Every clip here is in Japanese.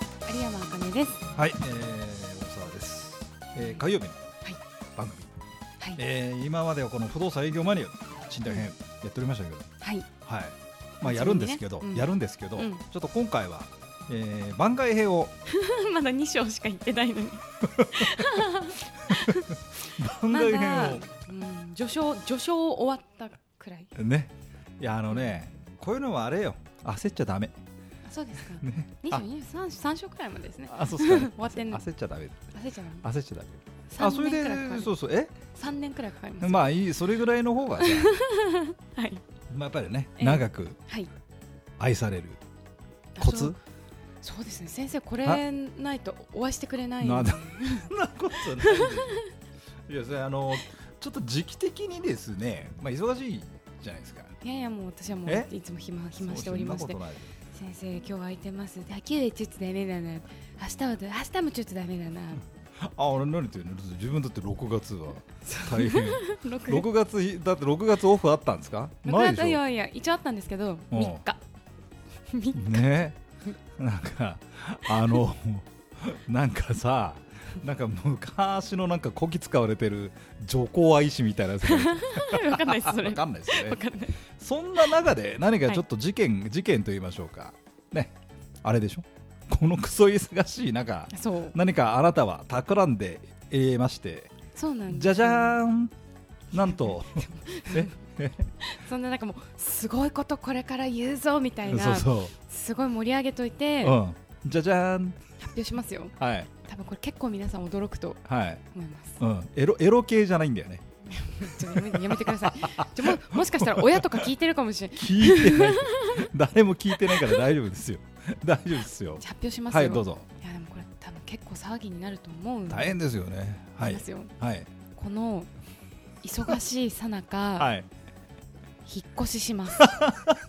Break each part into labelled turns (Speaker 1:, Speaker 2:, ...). Speaker 1: です。
Speaker 2: はい、えー、大沢です、えー、火曜日の
Speaker 1: い
Speaker 2: 番組、
Speaker 1: はい。
Speaker 2: えー、今まではこの不動産営業マニア賃貸編やっておりましたけど
Speaker 1: はい。
Speaker 2: はいまあやるんですけど、
Speaker 1: うん
Speaker 2: やるんですけど、
Speaker 1: うん
Speaker 2: ちょっと今回は、えー、番外編 を
Speaker 1: まだ二章しか言ってないのに。
Speaker 2: 番
Speaker 1: ま
Speaker 2: 外
Speaker 1: だ、
Speaker 2: 編
Speaker 1: うん、序章序章終わったくらい。
Speaker 2: をねいやあのねこういうのはあれよ焦っちゃダメ
Speaker 1: あそうですか。
Speaker 2: ね
Speaker 1: 二章
Speaker 2: あ
Speaker 1: 二三三章くらいまでですね。
Speaker 2: あそう っすかね
Speaker 1: 終わってんの。
Speaker 2: 焦っちゃダメ
Speaker 1: 焦っちゃうの。
Speaker 2: 焦っちゃダメあそ
Speaker 1: 三
Speaker 2: れ
Speaker 1: 年く
Speaker 2: で
Speaker 1: らいかかる
Speaker 2: そうそうえ
Speaker 1: 三年くらいかかります。
Speaker 2: まあいいそれぐらいの方が ね
Speaker 1: はい。
Speaker 2: まあやっぱりね
Speaker 1: ええ
Speaker 2: 長く
Speaker 1: はい。
Speaker 2: 愛される
Speaker 1: あそ
Speaker 2: コツ
Speaker 1: うそうですね。先生これ
Speaker 2: あ
Speaker 1: ないとお会いしてくれない。
Speaker 2: な だそんなことないでし ょいやそれあのちょっと時期的にですね、まあ、忙しいじゃないですか
Speaker 1: いやいやもう私はも
Speaker 2: え
Speaker 1: ういつも暇暇しておりまして
Speaker 2: そうそんなことない
Speaker 1: 先
Speaker 2: で
Speaker 1: 生今日は空いてますで秋はちょっとダメだな明日はど明日もちょっとダメだな
Speaker 2: あ俺何言ってるの自分だって6月は 大変
Speaker 1: 六
Speaker 2: 6月だって6月オフあったんですかないで
Speaker 1: い
Speaker 2: しょ
Speaker 1: やいや一応あったんですけど
Speaker 2: うん
Speaker 1: 三日 み
Speaker 2: ねなんかあのなんかさなんか昔のなんかこき使われてる女皇愛師みたいなやつ
Speaker 1: わかんないですそれ
Speaker 2: わ
Speaker 1: わ
Speaker 2: か
Speaker 1: か
Speaker 2: んないですよね
Speaker 1: んない
Speaker 2: そんな中で何かちょっと事件、事件と言いましょうかねあれでしょこのクソ忙しい中
Speaker 1: そう
Speaker 2: 何かあなたは企んでえまして
Speaker 1: そうなんです
Speaker 2: じゃじゃーんなんとえ
Speaker 1: そんななんかもうすごいことこれから言うぞみたい
Speaker 2: そう
Speaker 1: な
Speaker 2: そ
Speaker 1: すごい盛り上げといて
Speaker 2: う、うん、じゃじゃーん
Speaker 1: 発表しますよ
Speaker 2: はい
Speaker 1: 多分これ結構皆さん驚くと
Speaker 2: はい、
Speaker 1: 思います
Speaker 2: うん、エロエロ系じゃないんだよね
Speaker 1: ちょっとやめてやめてくださいちょももしかしたら親とか聞いてるかもしれない
Speaker 2: 聞いて ない誰も聞いてないから大丈夫ですよ大丈夫ですよ
Speaker 1: じゃあ発表しますよ
Speaker 2: はいどうぞ
Speaker 1: いやでもこれ多分結構騒ぎになると思うん
Speaker 2: 大変ですよねはい
Speaker 1: ですよ、
Speaker 2: はい
Speaker 1: この忙しいさなか
Speaker 2: はい
Speaker 1: 引っ越しします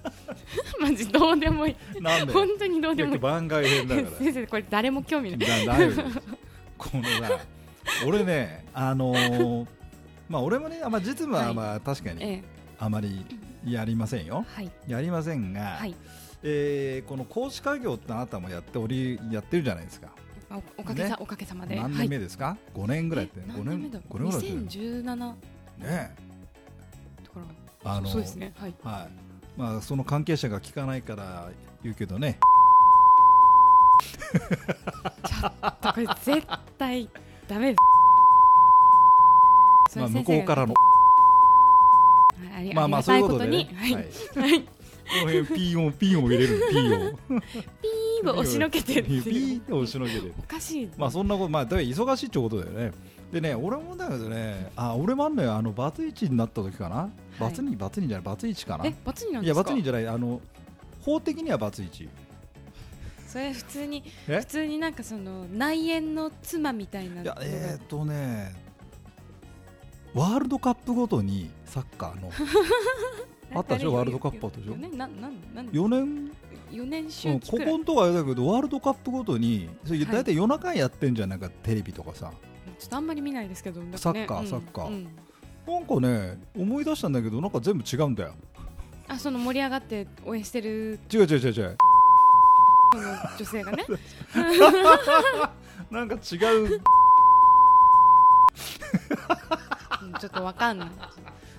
Speaker 1: マジどうでもいい
Speaker 2: なん で
Speaker 1: 本当にど うでもいい
Speaker 2: 番外編だから
Speaker 1: 先生これ誰も興味ない
Speaker 2: だ大丈夫ですこのさ俺ねあのー まあ俺もね、あんま実務
Speaker 1: は
Speaker 2: はいまあ確かに
Speaker 1: ええ
Speaker 2: あまりやりませんよ、
Speaker 1: はい
Speaker 2: やりませんが、
Speaker 1: はい
Speaker 2: えーこの講師家業ってあなたもやっておりやってるじゃないですか
Speaker 1: あおおかげさ、
Speaker 2: ね
Speaker 1: おかげさまで
Speaker 2: 何年目ですか、五年ぐらいって
Speaker 1: え
Speaker 2: 五
Speaker 1: 何年目
Speaker 2: 年
Speaker 1: だ
Speaker 2: 五年ぐらいって
Speaker 1: 2017
Speaker 2: ね
Speaker 1: ところ
Speaker 2: あのー
Speaker 1: そうですね はい
Speaker 2: はいまあその関係者が聞かないから言うけどね
Speaker 1: これ絶対ダ メです
Speaker 2: まあ向こうからの
Speaker 1: それ先生がはいあり
Speaker 2: まあまあそういうことで
Speaker 1: あり
Speaker 2: ね
Speaker 1: がたいことに、はい、
Speaker 2: はい この辺ピー音ピー音を入れるのピ ー音
Speaker 1: ピーを押しのけてるって
Speaker 2: ピ
Speaker 1: いう
Speaker 2: ーを押しのけてる
Speaker 1: おかしい
Speaker 2: まあそんなこと、まあ、だから忙しいってことだよね。でね、俺もだけどね、あ、俺もあんのよ、あの、バツイチになった時かな。バツに、バツにじゃない、バツイチかな。
Speaker 1: え
Speaker 2: い
Speaker 1: バツになんで
Speaker 2: や、
Speaker 1: す
Speaker 2: バ
Speaker 1: か
Speaker 2: ツにじゃない、あの、法的にはバツイチ。
Speaker 1: それ普通に
Speaker 2: え
Speaker 1: 普通になんかその内縁の妻みたいない
Speaker 2: や、えー、っとね。ワールドカップごとに、サッカ ーの。あったでしょワールドカップあったでしょ
Speaker 1: ねななんなん
Speaker 2: 4年、
Speaker 1: 四年
Speaker 2: う
Speaker 1: 周
Speaker 2: ん
Speaker 1: 期
Speaker 2: こ
Speaker 1: くらい
Speaker 2: こんとこあれだけど、ワールドカップごとに、それ
Speaker 1: はい
Speaker 2: 大体夜中やってんじゃん、なんかテレビとかさ。
Speaker 1: ちょっとあんまり見ないですけどなんかね
Speaker 2: サッカー
Speaker 1: うん
Speaker 2: サッカー
Speaker 1: うん
Speaker 2: なんかね、思い出したんだけど、なんか全部違うんだよ。
Speaker 1: あその盛り上がって応援してる
Speaker 2: 違う違う違う違う。
Speaker 1: その女性 がね
Speaker 2: なんか違う。
Speaker 1: うんちょっとわかんない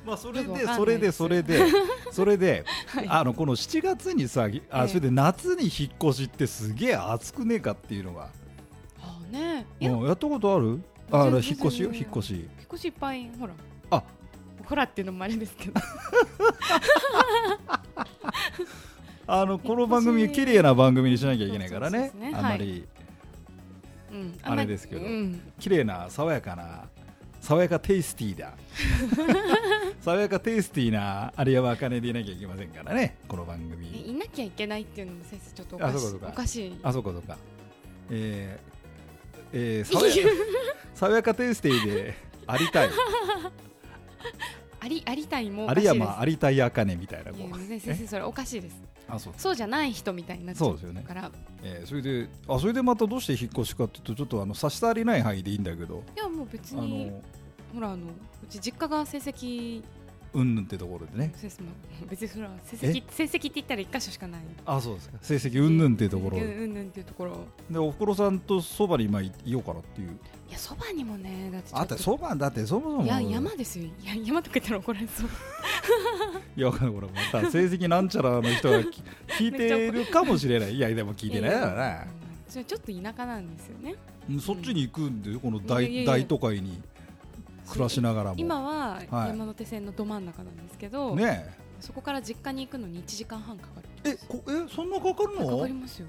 Speaker 2: まあそ
Speaker 1: れ
Speaker 2: れ
Speaker 1: で
Speaker 2: でそれでそ れでそれで、
Speaker 1: はい
Speaker 2: あのこの7月にさ
Speaker 1: ええ
Speaker 2: あそれで夏に引っ越しってすげえ暑くねえかっていうのが、
Speaker 1: あーねいや
Speaker 2: うんやったことあるあ
Speaker 1: 全然
Speaker 2: 引っ越し
Speaker 1: 全
Speaker 2: よ
Speaker 1: 然
Speaker 2: 引っ越し
Speaker 1: 引っ越しいっぱいほら
Speaker 2: あ
Speaker 1: ほらっていうのもあれですけど
Speaker 2: あのこの
Speaker 1: 引っ越し
Speaker 2: 番組綺麗な番組にしなきゃいけないからね
Speaker 1: そうそうそうですね
Speaker 2: あんまり
Speaker 1: うん
Speaker 2: あれですけど
Speaker 1: あんまりうん
Speaker 2: 綺麗な爽やかな爽やかテイスティ ーだ爽やかテイスティーな有山茜でいなきゃいけませんからねこの番組
Speaker 1: ねいなきゃいけないっていうのも先生ちょっとおか
Speaker 2: あそ
Speaker 1: しい
Speaker 2: うかそ
Speaker 1: う
Speaker 2: か
Speaker 1: おかしい
Speaker 2: あそうかそうか。えー、え ー、爽や爽やかテイステイであり たい
Speaker 1: ありありたいもおかしいで
Speaker 2: 有
Speaker 1: す
Speaker 2: 山ありたいあかねみたいないこ
Speaker 1: や先
Speaker 2: う。
Speaker 1: 生それおかしいです
Speaker 2: あそう。
Speaker 1: そうじゃない人みたいになっちゃ
Speaker 2: そう
Speaker 1: う
Speaker 2: ですよね。
Speaker 1: から
Speaker 2: えー、それであそれでまたどうして引っ越しかっていうとちょっとあの差し障りない範囲でいいんだけど。
Speaker 1: いやもう別
Speaker 2: あ
Speaker 1: に
Speaker 2: の
Speaker 1: ほらあのうち実家が成績
Speaker 2: うんぬんってところでね
Speaker 1: そうですもう別にそれは成績成績って言ったら一箇所しかない
Speaker 2: あそうですか成績うんぬんってところ
Speaker 1: うん
Speaker 2: で
Speaker 1: うんうんっていうところ
Speaker 2: おふくろさんとそばに今いようかなっていう
Speaker 1: いやそばにもねだってちょ
Speaker 2: あ
Speaker 1: っ
Speaker 2: ん
Speaker 1: と
Speaker 2: たそばだってそもそも
Speaker 1: いや山ですよいや山とか言ったら怒られそう
Speaker 2: いやわかんない俺もさ成績なんちゃらの人が き聞いてるかもしれないいやでも聞いてないだろうな
Speaker 1: うんそれちょっと田舎なんですよね
Speaker 2: うんそっちに行くんでこの
Speaker 1: いやいやいや
Speaker 2: 大大都会に暮らしながらも
Speaker 1: 今は
Speaker 2: はい
Speaker 1: 山手線のど真ん中なんですけど、
Speaker 2: ね
Speaker 1: そこから実家に行くのに1時間半かかる
Speaker 2: ええこえそんなかかる
Speaker 1: か
Speaker 2: の
Speaker 1: かりますよ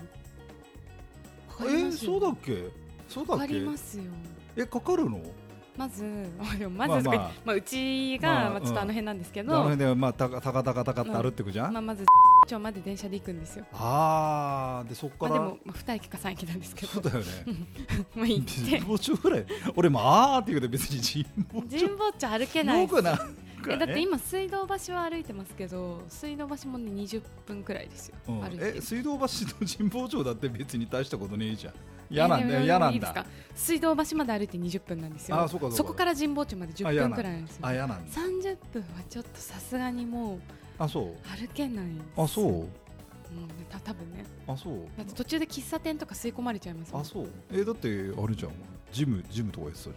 Speaker 1: かかり
Speaker 2: え
Speaker 1: ますよ
Speaker 2: そうだっけそうだ
Speaker 1: か
Speaker 2: っ
Speaker 1: か
Speaker 2: け
Speaker 1: りますよ
Speaker 2: えかかるの
Speaker 1: まず でもまずとか言って
Speaker 2: まあまあ
Speaker 1: まあうちが、
Speaker 2: まあ
Speaker 1: まあ、ちょっとあの辺なんですけ
Speaker 2: あ
Speaker 1: ど、
Speaker 2: の辺でまあたかたかたかたかって歩ってくじゃん、
Speaker 1: まあ、まず町まで電車で行くんですよ、
Speaker 2: ああでそ
Speaker 1: ま
Speaker 2: こ
Speaker 1: あ、
Speaker 2: か
Speaker 1: で
Speaker 2: ら、
Speaker 1: も、まあ、2駅か3駅なんですけど
Speaker 2: そうだよね
Speaker 1: まあ行っ て
Speaker 2: 神保町ぐらい俺もあーって言うけど別に神保町
Speaker 1: 神保町歩けない
Speaker 2: よ
Speaker 1: です
Speaker 2: くなんか、ね、
Speaker 1: えだって今水道橋は歩いてますけど水道橋もね20分くらいですよ、
Speaker 2: うん
Speaker 1: 歩いて
Speaker 2: え水道橋と神保町だって別に大したことねえじゃん嫌なんだよ嫌ないん
Speaker 1: いですか
Speaker 2: だ
Speaker 1: 水道橋まで歩いて20分なんですよ
Speaker 2: あそうかそうか
Speaker 1: こから神保町まで
Speaker 2: あ
Speaker 1: 10分
Speaker 2: 嫌なんだ
Speaker 1: くらいなんですよ
Speaker 2: あ嫌なんだ
Speaker 1: 30分はちょっとさすがにもう
Speaker 2: あそう
Speaker 1: 歩けないんです
Speaker 2: あそう
Speaker 1: うん、た多分ね
Speaker 2: あそう
Speaker 1: だって途中で喫茶店とか吸い込まれちゃいますもん
Speaker 2: あそうえだってあれじゃんジムジムとかやってたじゃん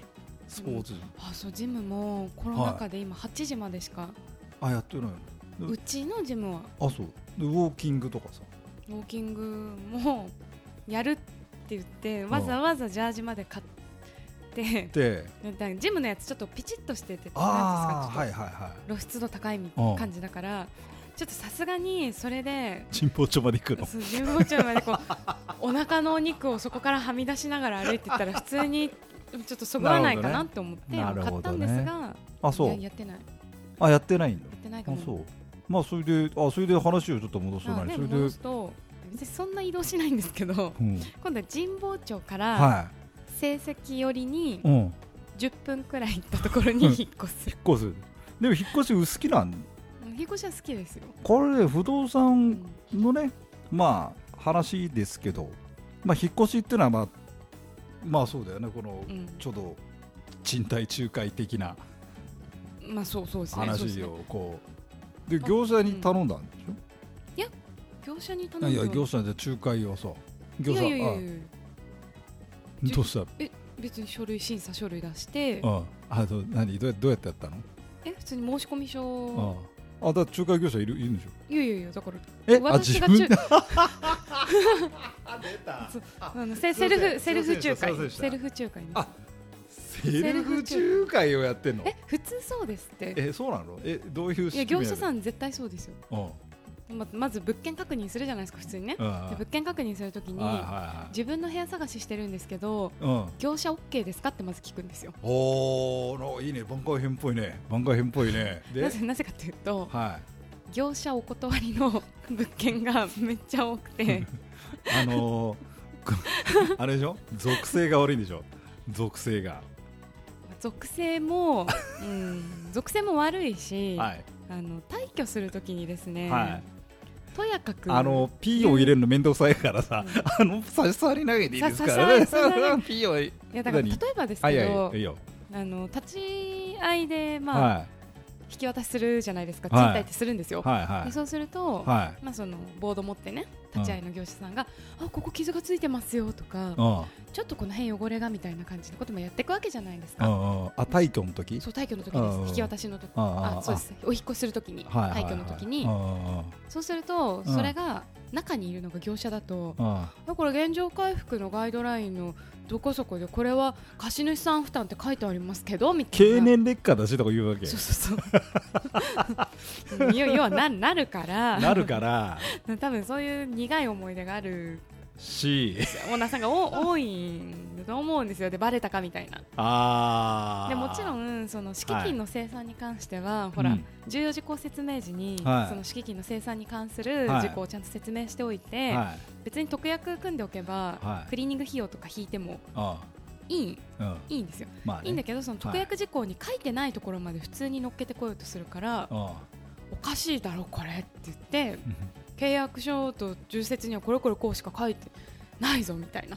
Speaker 2: スポーツジム、
Speaker 1: あそうジムもコロナ禍で今8時までしか、
Speaker 2: あやってないのうん
Speaker 1: うちのジムは
Speaker 2: あそうでウォーキングとかさ
Speaker 1: ウォーキングもやるって言ってわざわざジャージまで買って、
Speaker 2: で
Speaker 1: だジムのやつちょっとピチッとしてて
Speaker 2: ああ
Speaker 1: な
Speaker 2: は
Speaker 1: ん
Speaker 2: い
Speaker 1: ですかちょっ
Speaker 2: はいはい
Speaker 1: と露出度高いみ
Speaker 2: うん
Speaker 1: 感じだからちょっとさすがにそれで
Speaker 2: 神保町まで行くの
Speaker 1: そう神保町までこう お腹のお肉をそこからはみ出しながら歩いてったら普通 にちょっとそぐわないかなって思って
Speaker 2: なる
Speaker 1: 買
Speaker 2: ほ
Speaker 1: った
Speaker 2: ど
Speaker 1: ん
Speaker 2: ね
Speaker 1: です
Speaker 2: な
Speaker 1: が、
Speaker 2: あそ
Speaker 1: や
Speaker 2: う
Speaker 1: やってないや
Speaker 2: あやってないんだ
Speaker 1: ってないか
Speaker 2: あ
Speaker 1: も
Speaker 2: そうまあそれであそれで話をちょっと戻す
Speaker 1: あ
Speaker 2: なり
Speaker 1: で
Speaker 2: それで、
Speaker 1: 戻すと別にそんな移動しないんですけど
Speaker 2: うん、
Speaker 1: 今度は神保町から
Speaker 2: は
Speaker 1: 成績寄りに
Speaker 2: い、うん、引っ
Speaker 1: 10分くらい行ったところに引っ越す
Speaker 2: 越すでも引っ越し薄きなん
Speaker 1: 引っ越しは好きですよ、
Speaker 2: これで不動
Speaker 1: う
Speaker 2: 産
Speaker 1: ん
Speaker 2: のねまあ話ですけど、まあ、引っ越しっていうのはまあまあそうだよねこの
Speaker 1: うん
Speaker 2: ちょうど賃貸仲介的な
Speaker 1: まあそうそうですねそうです
Speaker 2: 話
Speaker 1: ね
Speaker 2: をこうで業者に頼んだんでし
Speaker 1: 業者に
Speaker 2: ょ、
Speaker 1: 頼ん
Speaker 2: い
Speaker 1: で
Speaker 2: や
Speaker 1: は
Speaker 2: 業者で仲介をさ業
Speaker 1: い
Speaker 2: 者
Speaker 1: やいやいや
Speaker 2: あ
Speaker 1: いやじゅ
Speaker 2: どうした
Speaker 1: 別に書類審査書類出して
Speaker 2: ああと何どうやどうやってやったの、
Speaker 1: え普通に申し込み書
Speaker 2: あああだから仲介業者いるいるんでしょ
Speaker 1: いやいやいやだから
Speaker 2: えあ
Speaker 1: 私
Speaker 2: 自
Speaker 1: が
Speaker 2: 分 で
Speaker 1: そうあのセ
Speaker 2: す
Speaker 1: セ
Speaker 2: いません
Speaker 1: ルフセルフ
Speaker 2: すい
Speaker 1: 仲
Speaker 2: ませんす
Speaker 1: 介セ
Speaker 2: いませんでした
Speaker 1: ルフ仲介ね
Speaker 2: あセルフ仲介をやってんの
Speaker 1: え普通そうですって
Speaker 2: えそうなのえどういう
Speaker 1: いや業者さ
Speaker 2: ん、
Speaker 1: ん絶対そうですよ
Speaker 2: うんうん
Speaker 1: ままず物件確認するじゃないですか普通にねで
Speaker 2: は
Speaker 1: 物件確認するとき
Speaker 2: い
Speaker 1: に
Speaker 2: は
Speaker 1: 自分の部屋探ししてるんですけど
Speaker 2: いはい、うん、
Speaker 1: 業者 OK ですかってまず聞くんですよ
Speaker 2: おーのいいね番外編っぽいね番外編っぽいね
Speaker 1: な
Speaker 2: で
Speaker 1: ぜなぜかというと
Speaker 2: は
Speaker 1: 業者お断り の物件がめっちゃ多くて
Speaker 2: いあのー、こあれでしょ属性が悪いんでしょ属性が
Speaker 1: 属性も、うん、属性も悪いし、
Speaker 2: はい、
Speaker 1: あの退去するときにですね、
Speaker 2: はい
Speaker 1: とやかく
Speaker 2: あの P を入れるの面倒くさいからさ、あの差し障り投げていいですからね
Speaker 1: さ差し障り差し障
Speaker 2: P をはい
Speaker 1: いやだから例
Speaker 2: 何
Speaker 1: えばです
Speaker 2: はい
Speaker 1: けど、
Speaker 2: いいよ、
Speaker 1: あの立ち会いで、まあ
Speaker 2: はい
Speaker 1: 引き渡しするじゃないですか、
Speaker 2: はい
Speaker 1: 賃貸ってするんですよ、
Speaker 2: はいは
Speaker 1: で
Speaker 2: い
Speaker 1: そうすると、
Speaker 2: はい
Speaker 1: まあ、そのボード持ってね立ち会いの業者さんが、あここ傷がついてますよとか、
Speaker 2: うん
Speaker 1: ちょっとこの辺汚れがみたいな感じのこともやっていくわけじゃないです
Speaker 2: う
Speaker 1: か、
Speaker 2: んうんあ退去の時
Speaker 1: そう退去の時
Speaker 2: うん
Speaker 1: で
Speaker 2: うん
Speaker 1: す引き渡しの時
Speaker 2: あ
Speaker 1: あそうですお引っ越しする時に、
Speaker 2: はいはい
Speaker 1: 退
Speaker 2: はい
Speaker 1: 去の時に、
Speaker 2: うんうん
Speaker 1: そうすると
Speaker 2: うん
Speaker 1: それが中にいるのが業者だと、
Speaker 2: うんうん
Speaker 1: あこれ現状回復のガイドラインのどこそこでこれは貸主さん負担って書いてありますけどみたいな
Speaker 2: 経年劣化だしとか言うわけ
Speaker 1: そうそうそう 要要はななるから
Speaker 2: なるから
Speaker 1: 多分そういう苦い思い出がある
Speaker 2: し
Speaker 1: オーナーさんがお多いんだと思うんですよでバレたかみたいな
Speaker 2: ああ
Speaker 1: でもちろ
Speaker 2: ん
Speaker 1: んその敷金の生産に関しては、ほ
Speaker 2: う
Speaker 1: ら
Speaker 2: ん
Speaker 1: 重要事項説明時に、
Speaker 2: はい
Speaker 1: その敷金の生産に関する
Speaker 2: はい
Speaker 1: 事項をちゃんと説明しておいて、
Speaker 2: はい
Speaker 1: 別に特約組んでおけば、
Speaker 2: はい
Speaker 1: クリーニング費用とか引いても
Speaker 2: あ
Speaker 1: いい
Speaker 2: あうん
Speaker 1: いいんですよ、
Speaker 2: まあ
Speaker 1: いいんだ
Speaker 2: け
Speaker 1: けどその特約事項に書いてないところまで普通に乗っけてこようとするから、
Speaker 2: ど
Speaker 1: おかしいだろこれって言って契約書と重説にはこれこれこうしか書いてないぞみたいな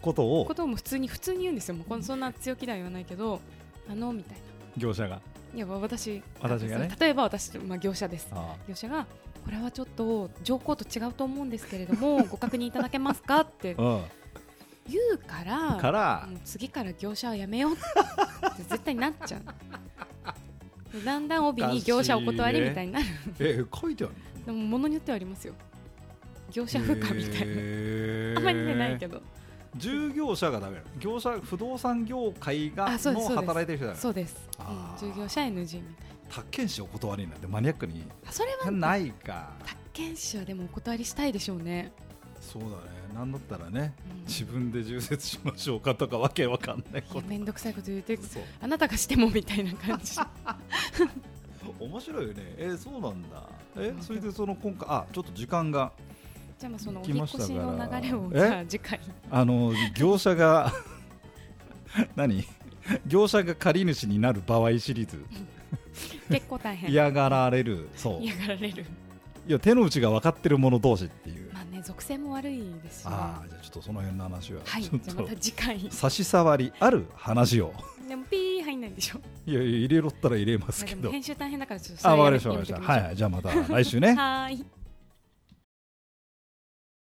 Speaker 2: ことを
Speaker 1: ことも普通に普通に言うんですよもうこんそんな強気では言わないけどあのみたいな
Speaker 2: 業者が
Speaker 1: いや私
Speaker 2: 私がね
Speaker 1: その例えば私、まあ、業者です
Speaker 2: あ
Speaker 1: 業者がこれはちょっと条項と違うと思うんですけれど もご確認いただけますかって
Speaker 2: あうん
Speaker 1: 言うから
Speaker 2: から
Speaker 1: もう次から業者はやめようって絶対なっちゃうだんだん帯に業者お断りみたいになる、
Speaker 2: え書いてある
Speaker 1: でも物によってはありますよ業者不可みたいな、
Speaker 2: な
Speaker 1: あんまりねないけ
Speaker 2: ど
Speaker 1: ど
Speaker 2: 従業者がダメなの業者不動産業界が
Speaker 1: あそうで
Speaker 2: の
Speaker 1: すそうです
Speaker 2: 働いてる人だよ
Speaker 1: そうです、
Speaker 2: あ
Speaker 1: う
Speaker 2: ー
Speaker 1: ん、従業者 NG みたいな
Speaker 2: 宅建士お断りなんてマニアックに
Speaker 1: あそれは
Speaker 2: ないか
Speaker 1: 宅建士はでもお断りしたいでしょうね、
Speaker 2: そうだねなんだったらね
Speaker 1: うん
Speaker 2: 自分で充実しましょうかとかわけわかんない
Speaker 1: い
Speaker 2: こ
Speaker 1: や
Speaker 2: と
Speaker 1: めんどくさいこと言って
Speaker 2: そう
Speaker 1: あなたがしてもみたいな感 じ
Speaker 2: 面白いよねえーそうなんだえ
Speaker 1: うん
Speaker 2: それでその今回あちょっと時間が
Speaker 1: じゃあまあそのお
Speaker 2: 行き
Speaker 1: 引
Speaker 2: ま
Speaker 1: っ
Speaker 2: した
Speaker 1: 越しの
Speaker 2: から
Speaker 1: 流れを
Speaker 2: え
Speaker 1: じゃあ次回
Speaker 2: あの業者が 何業者が借り主になる場合シリーズ
Speaker 1: 結構大変
Speaker 2: 嫌がられるそう
Speaker 1: 嫌がられる
Speaker 2: いや手の内が分かってる者同士っていう、
Speaker 1: まあね属性も悪いですし、ね、
Speaker 2: あ
Speaker 1: は
Speaker 2: あじゃあちょっとその辺の話は、
Speaker 1: い
Speaker 2: ち
Speaker 1: じゃ
Speaker 2: ょっ
Speaker 1: あ
Speaker 2: と
Speaker 1: また次回
Speaker 2: 差し障りある話を
Speaker 1: でもピー入んないんでしょ
Speaker 2: いやいや入れろったら入れます
Speaker 1: まあ
Speaker 2: け
Speaker 1: で
Speaker 2: ど
Speaker 1: も編集大変だからちょっとそ
Speaker 2: あ
Speaker 1: れ
Speaker 2: わか
Speaker 1: や
Speaker 2: り
Speaker 1: め
Speaker 2: ましたわかりましたはい
Speaker 1: やめとき
Speaker 2: はいじゃあまた来週
Speaker 1: ま
Speaker 2: ね
Speaker 1: しょうはーい